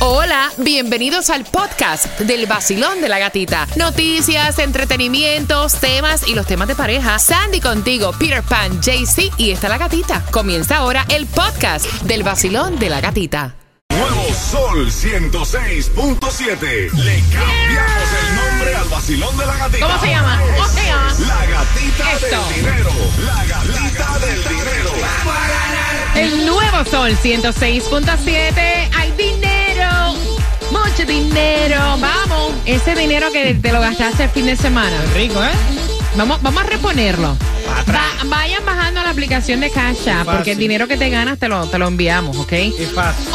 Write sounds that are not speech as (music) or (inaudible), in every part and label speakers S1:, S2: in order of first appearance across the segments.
S1: Hola, bienvenidos al podcast del vacilón de la gatita. Noticias, entretenimientos, temas y los temas de pareja. Sandy contigo, Peter Pan, JC y está la gatita. Comienza ahora el podcast del vacilón de la gatita.
S2: Nuevo Sol 106.7. Le cambiamos el nombre al vacilón de la gatita.
S1: ¿Cómo se llama? ¿Cómo se llama?
S2: La gatita
S1: Esto.
S2: del dinero. La gatita del dinero.
S1: El nuevo sol 106.7. Hay dinero. Mucho dinero. Vamos. Ese dinero que te lo gastaste el fin de semana.
S3: Rico, ¿eh?
S1: Vamos, vamos a reponerlo. Va- vayan bajando la aplicación de Cash App,
S3: Fácil.
S1: porque el dinero que te ganas te lo, te lo enviamos, ¿ok?
S3: Y fácil.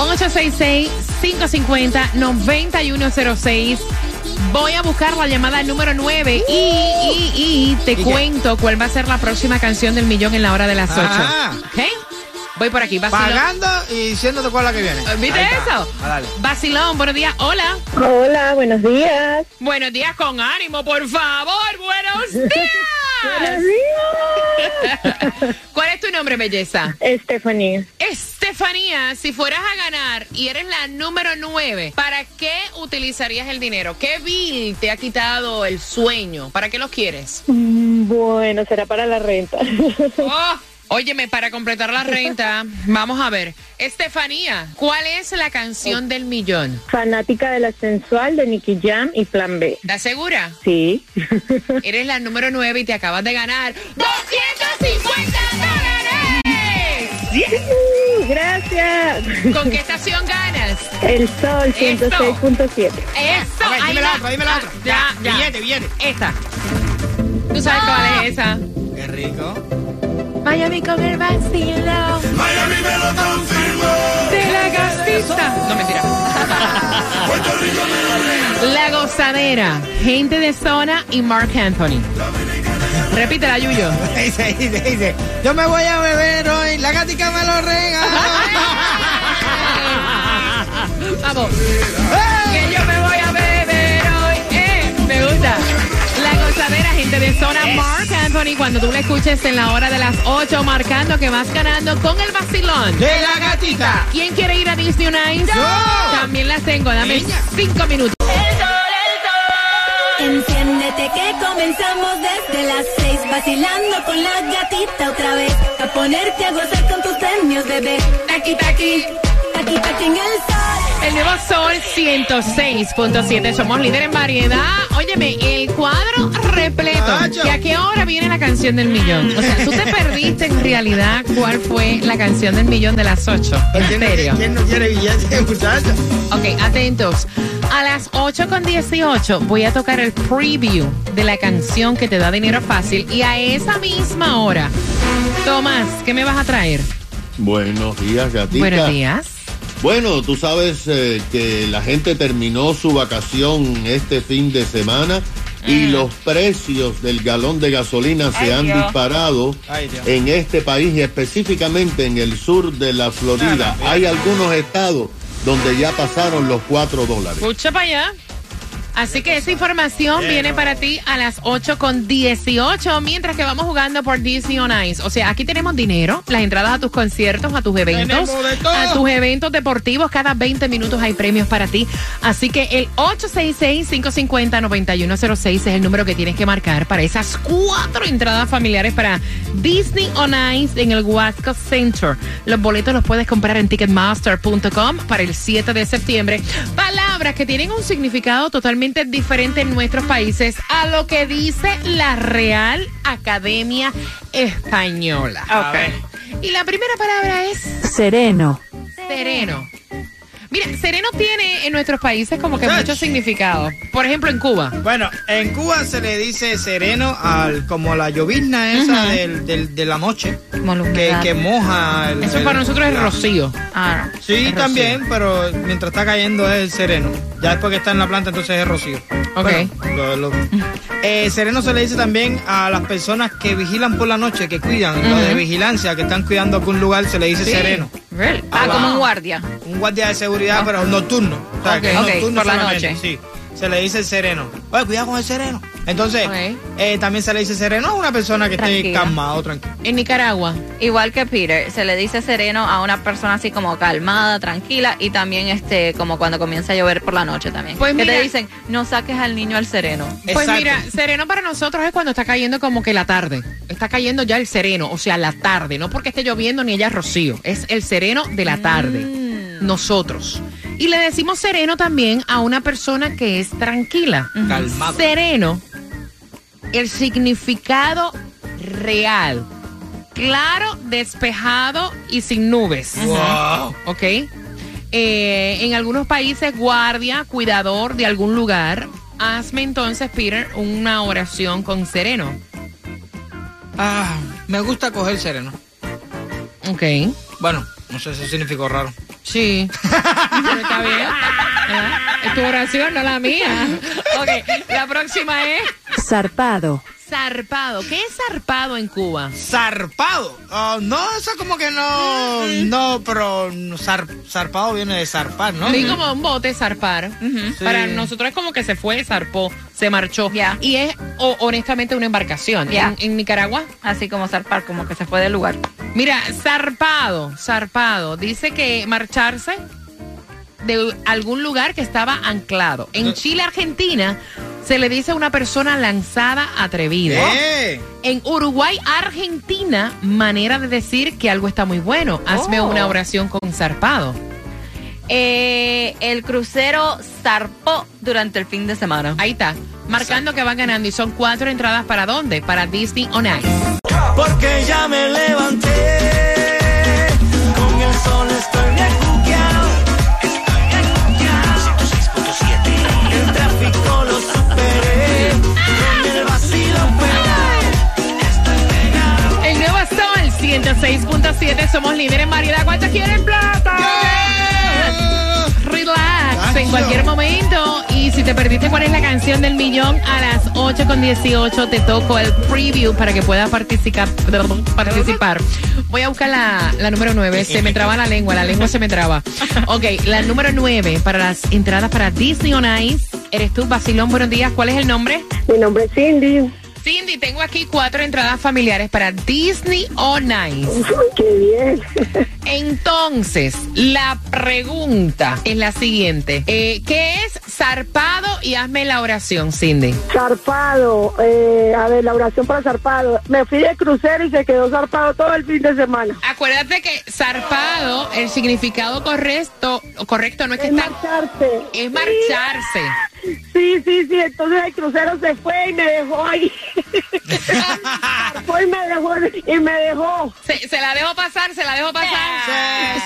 S1: 866-550-9106. Voy a buscar la llamada número 9 y, y- y te
S3: qué?
S1: cuento cuál va a ser la próxima canción del millón en la hora de las 8.
S3: Ajá.
S1: ¿Ok? Voy por aquí, Basilón.
S3: Pagando y diciéndote cuál es la que viene.
S1: ¿Viste
S3: Ahí está.
S1: eso?
S3: Ah, dale.
S1: Basilón, buenos días. Hola.
S4: Hola, buenos días.
S1: Buenos días con ánimo, por favor.
S3: (laughs)
S1: Buenos días. ¿Cuál es tu nombre, belleza?
S4: Estefanía.
S1: Estefanía, si fueras a ganar y eres la número 9, ¿para qué utilizarías el dinero? ¿Qué bill te ha quitado el sueño? ¿Para qué los
S3: (laughs)
S1: quieres?
S4: Mm, Bueno, será para la
S1: (laughs)
S4: renta.
S1: Oh, óyeme, para completar la renta, vamos a ver. Estefanía, ¿cuál es la canción del millón?
S4: Fanática de la sensual de Nicky Jam y Plan B.
S1: ¿Estás segura?
S4: Sí.
S1: Eres la número 9 y te acabas de ganar 250 dólares.
S4: ¡Yujú! (laughs) Gracias.
S1: ¿Con qué estación ganas?
S4: El sol 106.7.
S1: Eso,
S3: A ver,
S1: ahí
S3: dime la
S1: va. Ah,
S3: otra, dime la otra.
S1: Ya, ya.
S3: Billete, billete.
S1: Esta. ¿Tú sabes cuál es esa?
S3: Qué rico.
S1: Miami con el vacilo
S2: Miami me lo confirmó.
S1: de la gasista. No, mentira. (laughs)
S2: Puerto Rico me lo regaló.
S1: La gozadera, gente de zona y Mark Anthony. Repítela, (laughs) Yuyo.
S3: (laughs) Dice, dice, dice. Yo me voy a beber hoy. La gatica me lo
S1: (laughs)
S3: regala.
S1: Vamos.
S3: ¡Eh!
S1: Que yo me voy a beber hoy. Eh, me gusta. La gozadera, gente de zona, Mark Anthony. Cuando tú la escuches en la hora de las 8, marcando que vas ganando con el vacilón.
S3: De la gatita.
S1: ¿Quién quiere ir a Disney on Ice?
S3: Yo.
S1: También las tengo. Dame
S3: Niña.
S1: cinco minutos.
S5: Enciéndete que comenzamos desde las seis Vacilando con la gatita otra vez A ponerte a gozar con tus premios, bebé
S1: Taqui, taqui.
S5: Aquí, aquí en el sol
S1: El nuevo Sol 106.7. Somos líder en variedad. Óyeme, el cuadro repleto.
S3: Nacho.
S1: ¿Y a qué hora viene la canción del millón? O sea, tú
S3: (laughs)
S1: te perdiste en realidad cuál fue la canción del millón de las 8. En
S3: ¿Quién no-
S1: serio.
S3: ¿Quién no quiere billete, muchacho?
S1: Ok, atentos. A las 8 con 18 voy a tocar el preview de la canción que te da dinero fácil. Y a esa misma hora, Tomás, ¿qué me vas a traer?
S6: Buenos días, gatita.
S1: Buenos días.
S6: Bueno, tú sabes eh, que la gente terminó su vacación este fin de semana y
S1: Mm.
S6: los precios del galón de gasolina se han disparado
S3: Ay, Dios.
S6: en este país y específicamente en el sur de la Florida. Hay algunos estados donde ya pasaron los 4 dólares.
S1: Escucha para allá. Así que esa información viene para ti a las 8 con 18, mientras que vamos jugando por Disney on Ice. O sea, aquí tenemos dinero, las entradas a tus conciertos, a tus eventos,
S3: Tenemos de todo.
S1: a tus eventos deportivos. Cada 20 minutos hay premios para ti. Así que el 866-550-9106 es el número que tienes que marcar para esas cuatro entradas familiares para Disney on Ice en el Huasco Center. Los boletos los puedes comprar en ticketmaster.com para el 7 de septiembre. Palabras que tienen un significado totalmente diferente en nuestros países a lo que dice la Real Academia Española. Y la primera palabra es sereno. Mira, sereno tiene en nuestros países como que
S3: Muchacho.
S1: muchos significados. Por ejemplo, en Cuba.
S3: Bueno, en Cuba se le dice sereno al como la llovizna esa del, del- de la noche. Que, que moja. el-
S1: Eso para
S3: el-
S1: nosotros es
S3: la-
S1: rocío. Ah,
S3: Sí,
S1: Es
S3: también, pero mientras está cayendo es el sereno. Ya después que está en la planta, entonces es rocío.
S1: Ok.
S3: Bueno,
S1: (laughs)
S3: lo- lo- Eh, sereno se le dice también a las personas que vigilan por la noche, que cuidan, lo de vigilancia, que están cuidando algún lugar, se le dice sereno.
S1: Ah, como un guardia.
S3: Un guardia de seguridad, pero nocturno. O sea, que es
S1: Ok, ok,
S3: nocturno
S1: por la
S3: solamente,
S1: noche.
S3: Sí. se le dice el sereno. Oye, cuidado con el sereno. Entonces,
S1: Ok.
S3: eh, también se le dice sereno a una persona que esté
S7: Tranquila.
S3: calmada o tranquila.
S1: En Nicaragua.
S7: Igual que Peter, se le dice sereno a una persona así como calmada, tranquila y también este como cuando comienza a llover por la noche también.
S1: Pues
S7: que
S1: mira-
S7: te dicen, no saques al niño al sereno.
S1: Pues
S3: Exacto.
S1: mira, sereno para nosotros es cuando está cayendo como que la tarde. Está cayendo ya el sereno, o sea, la tarde. No porque esté lloviendo ni ella rocío. Es el sereno de la tarde.
S3: Mm.
S1: Nosotros. Y le decimos sereno también a una persona que es tranquila.
S3: Calmado.
S1: Sereno, el significado real. Claro, despejado y sin nubes.
S3: Wow.
S1: ¿ok? Eh, en algunos países, guardia, cuidador de algún lugar. Hazme entonces, Peter, una oración con sereno.
S3: Ah, me gusta coger sereno.
S1: Ok.
S3: Bueno, no sé, eso significó raro.
S1: Sí. Pero está bien. Ah, Es tu oración, no la mía. Ok, la próxima es
S5: Zarpado.
S1: zarpado. ¿Qué es zarpado en Cuba?
S3: Zarpado. Ah, no, eso como que no.
S1: Mm.
S3: No, pero zar- zarpado viene de zarpar, ¿no?
S1: Sí, como un bote zarpar.
S3: Sí.
S1: Para nosotros es como que se fue, zarpó, se marchó.
S7: Ya.
S1: Y es o- honestamente una embarcación.
S7: Ya.
S1: En- en Nicaragua
S7: Así como zarpar, como que se fue del lugar.
S1: Mira, zarpado, zarpado. Dice que marcharse de algún lugar que estaba anclado. En Chile, Argentina, se le dice a una persona lanzada, atrevida.
S3: ¿Qué?
S1: En Uruguay, Argentina, manera de decir que algo está muy bueno. Hazme
S7: Oh.
S1: una oración con zarpado.
S7: Eh, el crucero zarpó durante el fin de semana.
S1: Ahí está, marcando que van ganando. Y son cuatro entradas para dónde? Para Disney on Ice.
S8: Porque ya me levanté. Con el sol estoy bien juqueado. El tráfico lo superé. Con el vacilón pegado.
S1: En Nueva Sol, 106.7, somos líder en variedad. ¿Cuántos quieren plata? Relax en cualquier momento. Y si te perdiste cuál es la canción del millón, a las 8 con 18 te toco el preview para que puedas participar. participar. Voy a buscar la, la número 9. Se me traba la lengua, la lengua se me traba. Ok, la número 9 para las entradas para Disney on Ice. Eres tú, Basilón, buenos días. ¿Cuál es el nombre?
S4: Mi nombre es Cindy.
S1: Cindy, tengo aquí cuatro entradas familiares para Disney on Ice.
S4: Qué bien.
S1: Entonces, la pregunta es la siguiente. Eh, ¿Qué es zarpado? Y hazme la oración, Cindy.
S4: (laughs) Zarpado. Eh, a ver, la oración para zarpado. Me fui de crucero y se quedó zarpado todo el fin de semana.
S1: Acuérdate que zarpado, el significado correcto, correcto no es que
S4: Es
S1: está...
S4: marcharse.
S1: Es marcharse.
S4: Sí, sí, sí. Entonces el crucero se fue y me dejó ahí.
S1: (laughs)
S4: Zarpó y me dejó. Y me dejó.
S1: Se, se la dejo pasar, se la dejo pasar.
S3: Sí,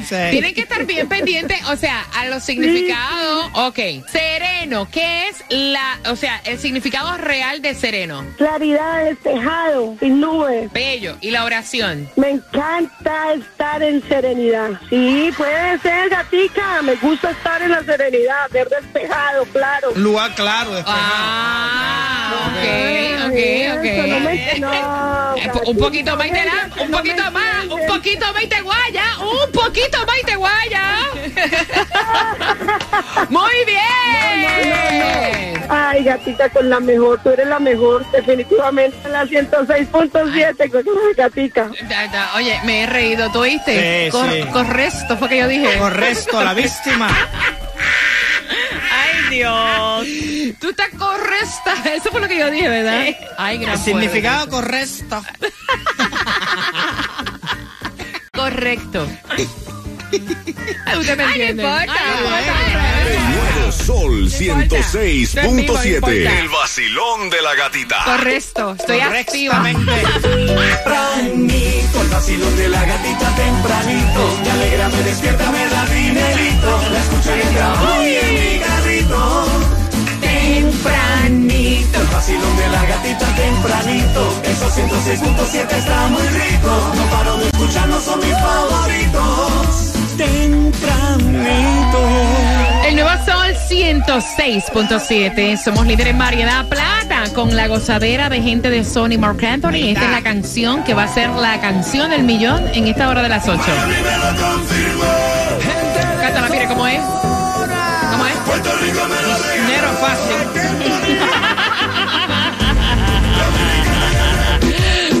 S3: sí, sí.
S1: Tienen que estar bien pendientes, o sea, a los significados. Ok. Sereno, ¿qué es la, o sea, el significado real de sereno?
S4: Claridad despejado, sin nubes.
S1: Bello. Y la oración.
S4: Me encanta estar en serenidad. Sí, puede ser, gatica. Me gusta estar en la serenidad, ver despejado, claro.
S3: Un lugar claro, despejado.
S1: Ah, ok, ok,
S4: Eso,
S1: ok.
S4: Ah, no me- no,
S1: Eh, Un poquito más y te da,
S4: gatita,
S1: un
S4: no me
S1: poquito más, un
S4: entiendes.
S1: poquito más y te guaya, un poquito más y
S4: (laughs)
S1: te guaya. Muy bien.
S4: Ay, gatita, con la mejor, tú eres la mejor, definitivamente la 106.7 con la gatica.
S1: Ya, ya, Oye, me he reído, ¿tú oíste?
S3: Sí, sí.
S1: Correcto, fue que yo dije.
S3: Correcto, la víctima.
S1: Ay, Dios. (laughs) Tú estás correcta. Eso fue lo que yo dije, ¿verdad? Ay,
S3: El
S1: gracias.
S3: significado correcto.
S1: Correcto. Ay, Ah, Usted me entiende.
S7: importa.
S1: Ay,
S3: Bueno,
S2: El nuevo Sol
S1: No importa.
S2: 106.7. El vacilón de la gatita.
S1: Correcto, estoy activa.
S3: Correctamente.
S8: Tempranito, el vacilón de la gatita tempranito. Me alegra, me despierta, me da dinerito. La escucho en el trabajo y en mi carrito. Tempranito, el vacilón de la gatita tempranito. Esos 106.7 está muy rico. No paro de escucharlos, son mis favoritos. Tempranito.
S1: El nuevo sol 106.7. Somos líderes en variedad plata con la gozadera de gente de Sony Mark Anthony. Esta es la canción que va a ser la canción del millón en esta hora de las 8. Cántala, mire cómo es. ¿Cómo es?
S3: dinero fácil.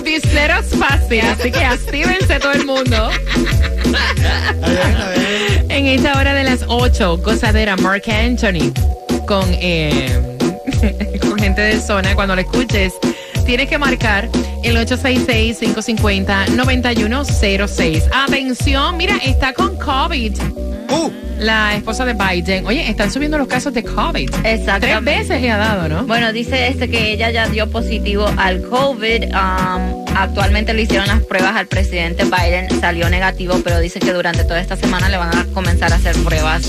S1: Disneros fácil, así que actívense todo el mundo. En esta hora de las 8, gozadera Mark Anthony con, eh, (laughs) con gente de zona. Cuando lo escuches, tienes que marcar el 866-550-9106. Atención, mira, está con COVID.
S3: Uh,
S1: La esposa de Biden. Oye, están subiendo los casos de COVID. Tres
S7: Exactamente.
S1: veces le ha dado, ¿no?
S7: Bueno, dice este que ella ya dio positivo al COVID. um, actualmente le hicieron las pruebas al presidente Biden, salió negativo, pero dice que durante toda esta semana le van a comenzar a hacer pruebas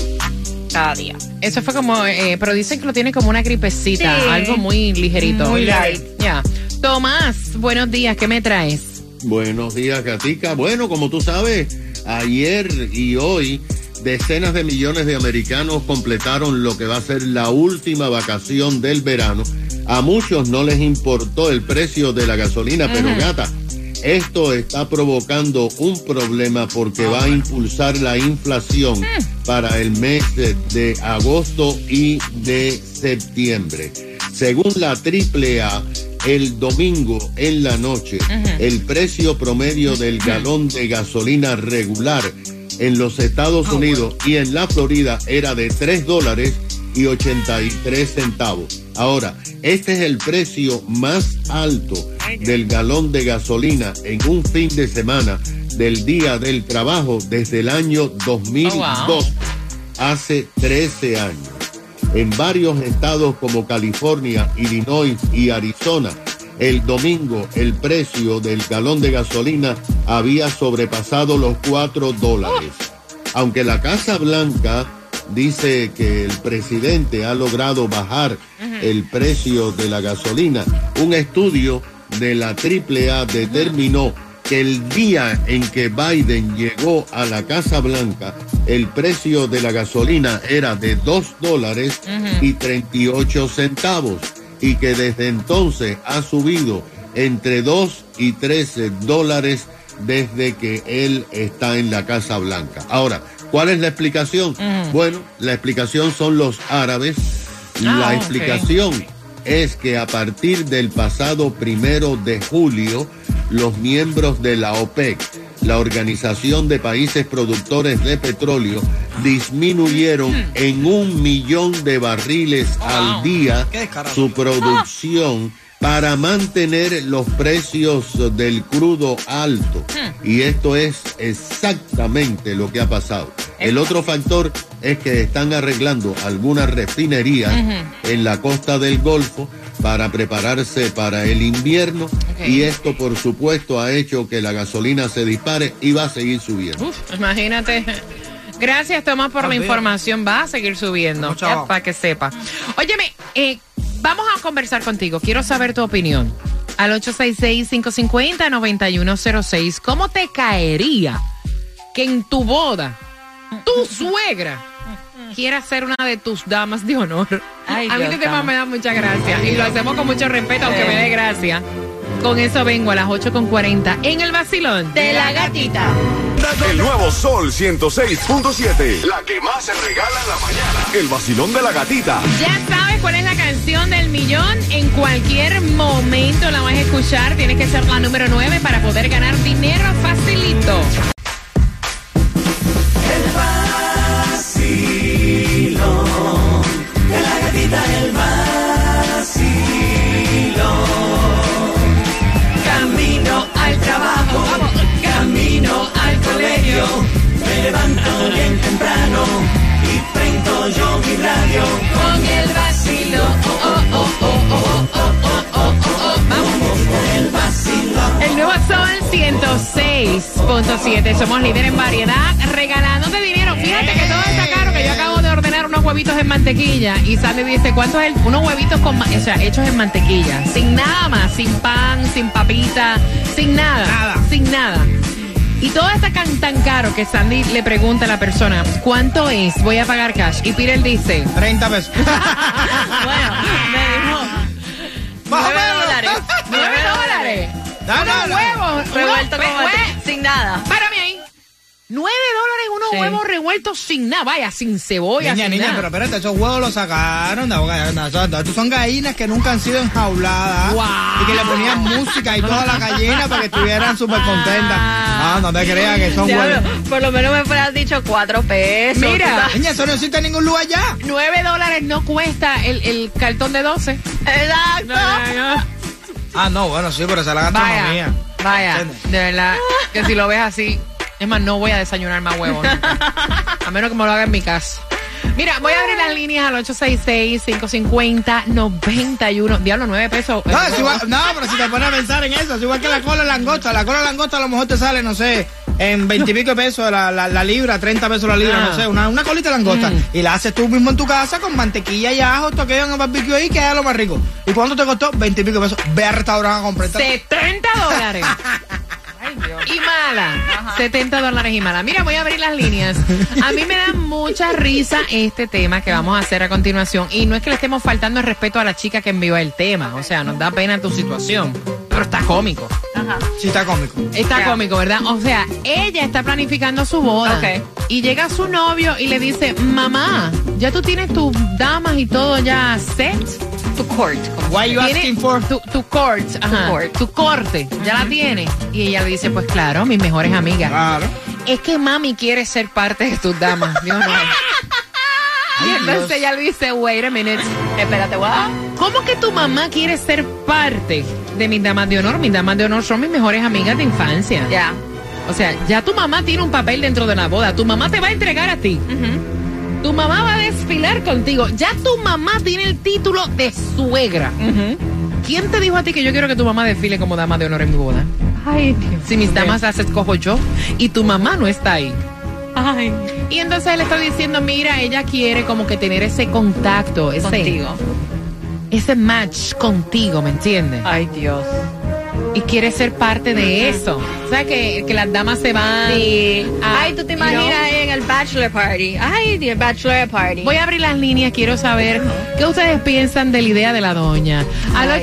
S7: cada día.
S1: Eso fue como, eh, pero dicen que lo tiene como una gripecita,
S7: Sí.
S1: algo muy ligerito.
S3: Muy light.
S1: Ya. Tomás, buenos días, ¿qué me traes?
S6: Buenos días, Gatica. Bueno, como tú sabes, ayer y hoy decenas de millones de americanos completaron lo que va a ser la última vacación del verano. A muchos no les importó el precio de la gasolina, pero gata, esto está provocando un problema porque va a impulsar la inflación para el mes de- de agosto y de septiembre. Según la AAA, el domingo en la noche, el precio promedio del galón de gasolina regular en los Estados Unidos y en la Florida era de 3 dólares y 83 centavos. Ahora, este es el precio más alto del galón de gasolina en un fin de semana del Día del Trabajo desde el año 2002,
S1: Oh, wow.
S6: hace 13 años. En varios estados como California, Illinois y Arizona, el domingo el precio del galón de gasolina había sobrepasado los 4 dólares. Aunque la Casa Blanca dice que el presidente ha logrado bajar el precio de la gasolina, un estudio de la AAA determinó que el día en que Biden llegó a la Casa Blanca, el precio de la gasolina era de 2 dólares y 38 centavos y que desde entonces ha subido entre 2 y 13 dólares desde que él está en la Casa Blanca. Ahora, ¿cuál es la explicación? Bueno, la explicación son los árabes. la
S1: Ah, ok.
S6: explicación información es que a partir del pasado primero de julio, los miembros de la OPEC, la Organización de Países Productores de Petróleo, disminuyeron en un millón de barriles al día
S3: Qué descarado.
S6: su producción para mantener los precios del crudo alto. Y esto es exactamente lo que ha pasado. El otro factor es que están arreglando algunas refinerías en la costa del Golfo para prepararse para el invierno
S1: Ok.
S6: y esto por supuesto ha hecho que la gasolina se dispare y va a seguir subiendo.
S1: Uf, imagínate. Gracias, Tomás, por la
S3: También.
S1: información. Va a seguir subiendo,
S3: Mucho.
S1: para que sepa. Óyeme, eh, vamos a conversar contigo. Quiero saber tu opinión. Al 866-550-9106, ¿cómo te caería que en tu boda tu suegra quiera ser una de tus damas de honor?
S7: Ay,
S1: a mí
S7: Dios, Eh.
S1: este tema
S7: Tama.
S1: me da mucha gracia y lo hacemos con mucho respeto, aunque me dé gracia. Con eso vengo a las 8.40 en el vacilón.
S7: De la gatita.
S2: El nuevo Sol 106.7. La que más se regala en la mañana. El vacilón de la gatita.
S1: Ya sabes cuál es la canción del millón. En cualquier momento la vas a escuchar. Tienes que ser la número 9 para poder ganar dinero facilito.
S8: Camino al trabajo, camino al colegio. Me levanto bien temprano y prendo yo mi radio.
S1: Con el vacilo. Oh, El nuevo Sol 106.7. Somos líder en variedad, regalándote dinero. Fíjate que todo está caro, que yo acabo de ordenar unos huevitos en mantequilla y sale y dice, ¿cuánto es el? Unos huevitos con, ma- o sea, hechos en mantequilla. Sin nada más, sin pan, sin papita, sin nada.
S3: Nada.
S1: Sin nada. Y todo está can- tan caro que Sandy le pregunta a la persona, ¿cuánto es? Voy a pagar cash. Y Peter dice,
S3: 30 pesos.
S1: (laughs) bueno, me
S3: Más o
S7: Nueve
S3: menos.
S7: dólares.
S1: (laughs) dijo,
S3: (laughs)
S1: $9 dólares.
S3: No, no,
S1: Unos
S3: no.
S1: huevos.
S7: Revuelto
S1: unos
S7: con
S1: pe-
S7: mate- sin nada.
S1: este. Párame ahí. Nueve dólares unos
S7: Sí.
S1: huevos revueltos sin nada, vaya, sin cebolla,
S3: Niña,
S1: sin
S3: niña,
S1: nada.
S3: pero espérate, esos huevos los sacaron. de ahogar- de- de- de- son gallinas que nunca han sido enjauladas.
S1: Guau.
S3: Y que le ponían música y toda la gallina para que estuvieran súper contentas. Ah, no te creas que son
S7: Diablo,
S3: huevos.
S7: por lo menos me fueras dicho cuatro pesos.
S1: Mira.
S7: tú sabes.
S3: Niña, eso no existe en ningún lugar ya.
S1: Nueve dólares no cuesta el, el cartón de 12.
S7: (laughs) Exacto.
S3: Ah, no, bueno, sí, pero esa es la gastronomía.
S1: Vaya, vaya, de verdad, que si lo ves así, es más, no voy a desayunar más huevos. nunca. A menos que me lo haga en mi casa. Mira, voy a abrir las líneas al 866-550-91. Diablo, 9 pesos.
S3: No, es igual- no, pero si te pones a pensar en eso, es igual que la cola de langosta. La cola de langosta a lo mejor te sale, no sé, en veintipico pesos la, la, la libra, 30 pesos la libra,
S1: Ah. Mm.
S3: no sé, una, una colita de langosta. Y la haces tú mismo en tu casa con mantequilla y ajo, toqueo en el barbecue ahí, que es lo más rico. ¿Y cuánto te costó? Veintipico pesos. Ve al restaurante a comprar.
S1: 70 dólares. Y mala, 70 dólares y mala. Mira, voy a abrir las líneas. A mí me da mucha risa este tema que vamos a hacer a continuación. Y no es que le estemos faltando el respeto a la chica que envió el tema. O sea, nos da pena tu situación. Pero está cómico.
S7: Ajá.
S3: Sí, está cómico.
S1: Está
S7: Ya.
S1: cómico, ¿verdad? O sea, ella está planificando su boda.
S7: Ok.
S1: Y llega su novio y le dice, mamá, ya tú tienes tus damas y todo ya set.
S7: Tu court. como-
S3: Why you
S1: Tiene
S3: asking for?
S1: Tu, tu court, ajá,
S7: court.
S1: tu corte, ya la tiene. Y ella le dice, pues claro, mis mejores amigas.
S3: Claro.
S1: Es que mami quiere ser parte de tus damas. Dios mío. Y
S3: Ay,
S1: entonces
S3: Dios.
S1: ella le dice, wait a minute.
S7: Espérate, guau.
S1: ¿Cómo que tu mamá quiere ser parte de mis damas de honor? Mis damas de honor son mis mejores amigas de infancia.
S7: Ya.
S1: O sea, ya tu mamá tiene un papel dentro de la boda. Tu mamá te va a entregar a ti.
S7: Ujú.
S1: Tu mamá va a desfilar contigo. Ya tu mamá tiene el título de suegra. ¿Quién te dijo a ti que yo quiero que tu mamá desfile como dama de honor en mi boda?
S7: Ay, Dios.
S1: Si mis damas las escojo yo y tu mamá no está ahí.
S7: Ay.
S1: Y entonces él está diciendo, mira, ella quiere como que tener ese contacto, ese,
S7: Contigo.
S1: ese match contigo, ¿me entiendes?
S7: Ay, Dios.
S1: Y quiere ser parte de eso. O sea, que, que las damas se van.
S7: Sí.
S1: Ah,
S7: Ay, tú te
S1: you know.
S7: imaginas en el bachelor party. Ay, el bachelor party.
S1: Voy a abrir las líneas, quiero saber qué ustedes piensan de la idea de la doña. Al
S7: Ay.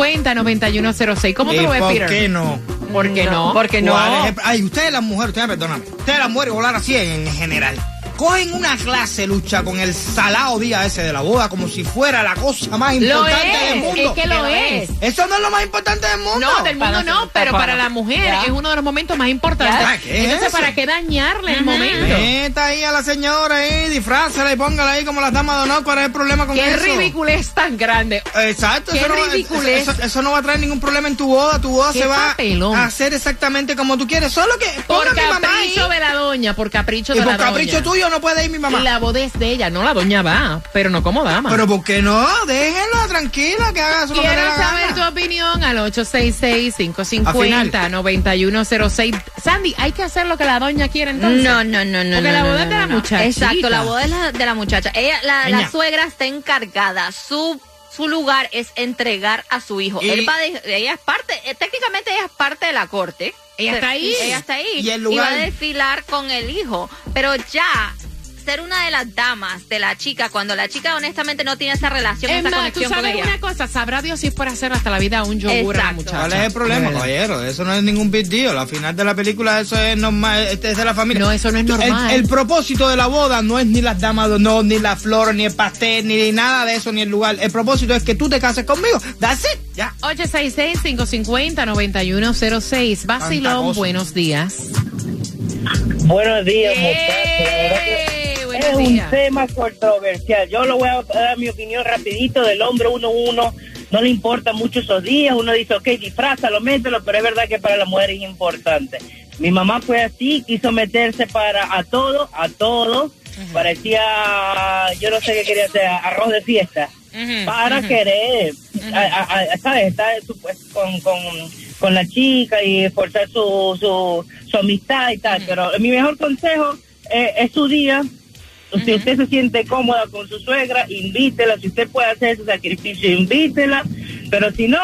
S1: 866-550-9106. ¿Cómo
S3: ¿Y
S1: tú lo ves,
S3: por
S1: Peter?
S3: qué no?
S1: ¿Por qué no?
S7: Porque no.
S3: ¿Cuál es el- Ay, ustedes las mujeres, ustedes perdóname. Ustedes las mujeres, voy a hablar así en, en general. Cogen una clase lucha con el salado día ese de la boda como si fuera la cosa más
S1: Lo
S3: importante del
S1: es, es
S3: mundo.
S1: que lo es.
S3: Eso no es lo más importante del mundo.
S1: No, del mundo
S7: Para
S1: no,
S7: nosotros,
S1: pero
S7: para
S1: para la
S7: nosotros.
S1: mujer
S7: Ya.
S1: es uno de los momentos más importantes.
S3: Ya. ¿Qué es
S1: Entonces,
S3: eso?
S1: ¿para qué dañarle el momento?
S3: Meta ahí a la señora ahí, disfrázala y póngala ahí como las damas de honor. ¿Cuál es el problema con
S1: Qué
S3: eso?
S1: ridiculez tan grande.
S3: Exacto,
S1: Qué
S3: eso no, va-
S1: ridiculez.
S3: eso- eso no va a traer ningún problema en tu boda. Tu boda
S1: Qué
S3: se va
S1: papelón.
S3: a hacer exactamente como tú quieres. Solo que
S1: Por
S3: ponga a mi mamá ahí.
S1: capricho de la doña, por capricho
S3: Y
S1: de
S3: por
S1: la
S3: capricho
S1: doña.
S3: tuyo no puede ir mi mamá.
S1: Y la boda es de ella, no la doña va, pero no como dama.
S3: Pero ¿por qué no? Déjenla tranquila, que haga su lo que le
S1: Quiero
S3: la
S1: saber tu
S3: gana.
S1: opinión al
S3: Al
S1: 866-550-9106. Sandy, hay que hacer lo que la doña quiere entonces.
S7: No, no, no, no.
S1: Porque
S7: no,
S1: la
S7: no,
S1: boda
S7: no,
S1: es de la
S7: no, no.
S1: muchachita.
S7: Exacto, la boda es la, de la muchacha. Ella, la, la
S3: Niña.
S7: suegra está encargada. Su su lugar es entregar a su hijo.
S3: Y-
S7: Él va de- ella es parte, eh, técnicamente ella es parte de la corte.
S1: Ella está ahí.
S7: Ella está ahí.
S3: Y el lugar-
S7: va a desfilar con el hijo. Pero ya ser una de las damas de la chica cuando la chica honestamente no tiene esa relación,
S1: Es
S7: esa
S1: más, tú
S7: conexión con
S1: sabes
S7: ella.
S1: una cosa, sabrá Dios si es por hacer hasta la vida un yogur a la
S7: Exacto.
S1: muchacha.
S3: ¿Cuál es el problema,
S1: De verdad.
S3: caballero? Eso no es ningún big deal. Al final de la película eso es normal, este es de la familia.
S1: No, eso no es
S3: Tú- el-
S1: normal.
S3: El, propósito de la boda no es ni las damas de honor, ni la flor, ni el pastel, ni nada de eso, ni el lugar. El propósito es que tú te cases conmigo. That's it. Ya.
S1: 866-550-9106.
S3: Tanta
S1: Basilón,
S3: cosa.
S1: buenos días.
S4: Buenos días,
S1: ¡Eh!
S4: Es
S1: Buenos
S4: un
S1: días.
S4: tema controversial. Yo lo voy a dar mi opinión rapidito del hombre uno uno. No le importa mucho esos días. Uno dice, ok, disfrázalo, mételo, pero es verdad que para la mujer es importante. Mi mamá fue así, quiso meterse para a todo, a todo. Parecía, yo no sé qué quería hacer, arroz de fiesta.
S1: Ujú,
S4: Para
S1: ujú.
S4: querer, a- a- a- ¿sabes? Estar supuesto, con, con, con la chica y forzar su, su, su amistad y tal. Pero mi mejor consejo eh, es su día. Si usted se siente cómoda con su suegra, invítela. Si usted puede hacer ese sacrificio, invítela. Pero si no,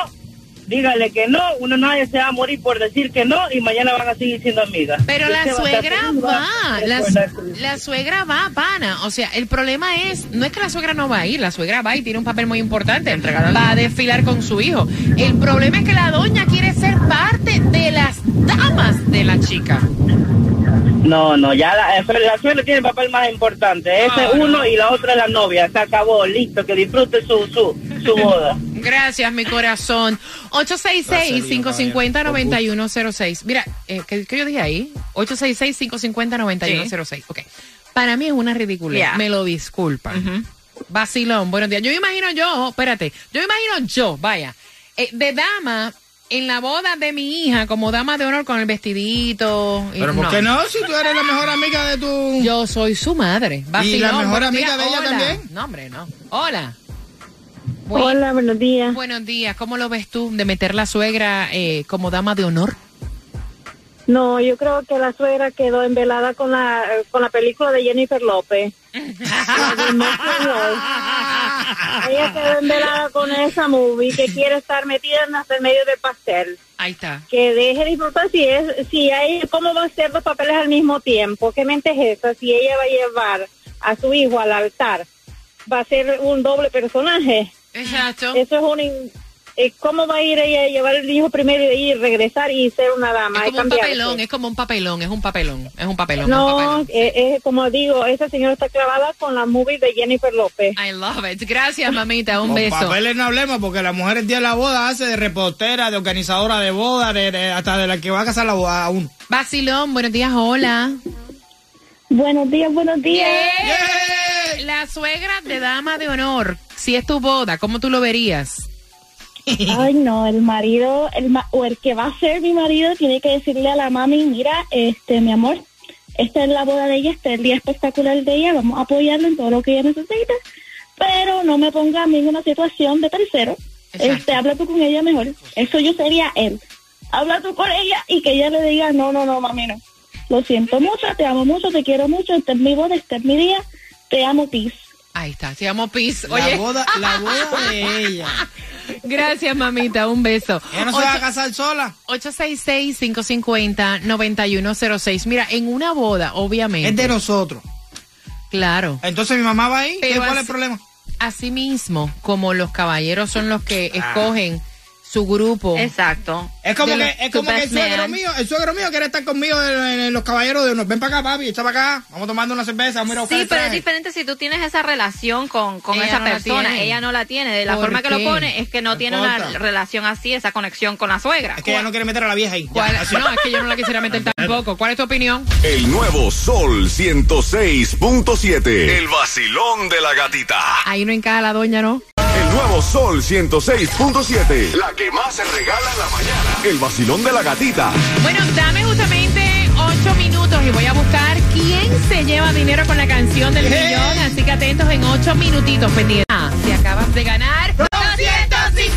S4: dígale que no. Uno nadie se va a morir por decir que no y mañana van a seguir siendo amigas.
S1: Pero
S4: Usted
S1: la
S4: va a estar
S1: suegra
S4: feliz,
S1: va,
S4: a
S1: la,
S4: recordar su-
S1: la suegra va, pana. O sea, el problema es, no es que la suegra no va a ir, la suegra va y tiene un papel muy importante. Va a desfilar con su hijo. El problema es que la doña quiere ser parte de las damas de la chica.
S4: No, no, ya la, eh, la suegra tiene el papel más importante. Ese es uno y la otra es la novia. Se acabó, listo, que disfrute su, su,
S1: (laughs)
S4: su boda.
S1: Gracias, mi corazón. 866-550-9106. Mira, eh, ¿qué, qué yo dije ahí? 866-550-9106. Ok. Para mí es una ridícula.
S7: Yeah.
S1: Me lo disculpan. Vacilón, buenos días. Yo me imagino yo, oh, espérate, yo me imagino yo, vaya, eh, de dama en la boda de mi hija como dama de honor con el vestidito. y
S3: Pero ¿por qué no? Si tú eres la mejor amiga de tu...
S1: Eh, Yo soy su madre. Vacilón,
S3: ¿Y la mejor
S1: buenos
S3: amiga
S1: días.
S3: de ella
S1: Hola.
S3: también?
S1: No, hombre, no. Hola. Bu-
S9: Hola, buenos días.
S1: Buenos días. ¿Cómo lo ves tú de meter la suegra eh, como dama de honor?
S9: No, yo creo que la suegra quedó envelada con la, con la película de Jennifer López. La de Monster Love. Ella quedó envelada con esa movie que quiere estar metida en hasta el medio del pastel.
S1: Ahí está.
S9: Que deje de disfrutar si es, si hay, cómo va a hacer dos papeles al mismo tiempo. ¿Qué mente es esa? Si ella va a llevar a su hijo al altar, va a ser un doble personaje.
S1: Exacto.
S9: Eso es un... in- eh, ¿Cómo va a ir ella a llevar el hijo primero y regresar y ser una dama?
S1: Es
S9: Hay
S1: como un
S9: cambiarse.
S1: papelón, es como un papelón, es un papelón, es un papelón. es un
S9: No,
S1: papelón.
S9: es como digo, esa señora está clavada con la movie de Jennifer López.
S1: I love it. Gracias, mamita. Un
S3: Con
S1: beso.
S3: papeles no hablemos porque la mujer el día de la boda hace de reportera, de organizadora de boda, de, de- hasta de la que va a casar la boda aún.
S1: Basilón, buenos días. Hola.
S9: Buenos días, buenos días.
S1: La suegra de dama de honor. Si es tu boda, ¿cómo tú lo verías?
S9: Ay, no, el marido el ma- o el que va a ser mi marido tiene que decirle a la mami, mira, este, mi amor, esta es la boda de ella, este es el día espectacular de ella, vamos a apoyarla en todo lo que ella necesita, pero no me ponga a mí en una situación de tercero.
S1: Exacto.
S9: Este, habla tú con ella mejor. Eso yo sería él. Habla tú con ella y que ella le diga, no, no, no, mami, no. Lo siento mucho, te amo mucho, te quiero mucho, este es mi boda, este es mi día, te amo, peace.
S1: Ahí está, te llamo Pis.
S3: La
S1: Oye,
S3: boda, la boda de ella.
S1: (laughs) gracias, mamita. Un beso.
S3: Ella no se va a casar sola.
S1: 866-550-9106. Mira, en una boda, obviamente.
S3: Es de nosotros.
S1: Claro.
S3: Entonces mi mamá va ahí. ¿Qué,
S1: Pero
S3: ¿Cuál es el
S1: así-
S3: problema?
S1: Asimismo, como los caballeros son los que escogen su grupo.
S7: Exacto.
S3: Es como
S1: de
S3: que,
S1: los-
S3: es como
S7: tu
S3: que el
S7: best
S3: suegro
S7: man.
S3: mío, el suegro mío quiere estar conmigo en, en los caballeros de honor. Ven para acá, papi, está para acá. Vamos tomando una cerveza, vamos a ir a buscar
S7: Sí,
S3: el
S7: pero es
S3: traje.
S7: diferente si tú tienes esa relación con, con
S1: Ella
S7: esa
S1: no la
S7: persona.
S1: tiene.
S7: Ella no la tiene. De la
S1: ¿Por
S7: forma que
S1: qué?
S7: lo pone es que no
S3: No
S7: tiene
S3: importa.
S7: una relación así, esa conexión con la suegra.
S3: Es que ella no quiere meter a la vieja ahí. Ya,
S1: ¿Cuál-
S3: así.
S1: No, es que yo no la quisiera meter tampoco. ¿Cuál es tu opinión?
S2: El nuevo Sol 106.7. El vacilón de la gatita.
S1: Ahí no encaja la doña, ¿no?
S2: El nuevo Sol 106.7. La que más se regala en la mañana. El vacilón de la gatita.
S1: Bueno, dame justamente ocho minutos y voy a buscar quién se lleva dinero con la canción del
S3: ¡Eh!
S1: millón. Así que atentos en ocho minutitos, pendiente. Ah, si acabas de ganar 250 dólares.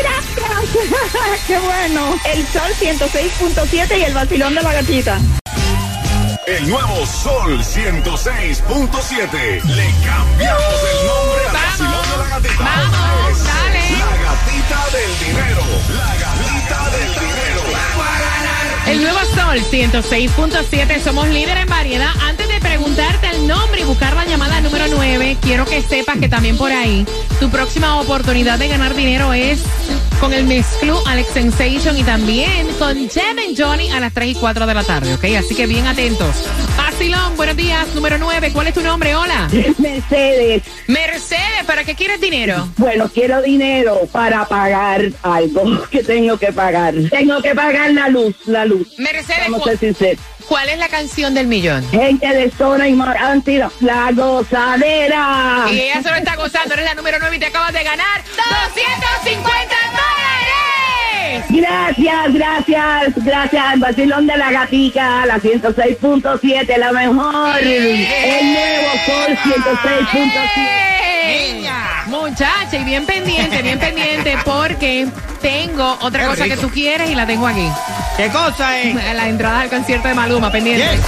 S9: gracias! (laughs) ¡Qué bueno! El sol 106.7 y el vacilón de la gatita.
S2: El nuevo Sol 106.7. Le cambiamos el nombre al
S1: Vamos.
S2: vacilón de la gatita.
S1: Vamos,
S2: Es
S1: dale.
S2: La gatita del dinero. La gatita del dinero.
S1: El nuevo Sol 106.7, somos líder en variedad. Antes de preguntarte el nombre y buscar la llamada número 9, quiero que sepas que también por ahí tu próxima oportunidad de ganar dinero es con el Mix Club Alex Sensation y también con Jem and Johnny a las 3 y 4 de la tarde, ¿ok? Así que bien atentos. Basilón, buenos días, número 9, ¿cuál es tu nombre? Hola.
S10: Mercedes,
S1: Mercedes, ¿para qué quieres dinero?
S10: bueno, quiero dinero para pagar algo (laughs) que tengo que pagar. Tengo que pagar la luz, la luz.
S1: Mercedes,
S10: Vamos a ser
S1: ¿cu-
S10: sinceros.
S1: ¿cuál es la canción del millón?
S10: Gente de zona ignorante, la
S3: Ah.
S10: gozadera.
S1: Y ella solo está gozando, eres la número 9 y te acabas de ganar 250 dólares.
S10: Gracias, gracias, gracias. El vacilón de la gatica, la 106.7, la mejor. El nuevo sol 106.7.
S1: ¡Eh! Muchacha, y bien pendiente, bien pendiente, porque tengo otra
S3: Qué
S1: cosa que
S3: rico.
S1: tú quieres y la tengo aquí.
S3: ¿Qué cosa es?
S1: La entrada al concierto de Maluma, pendiente.
S3: Yes.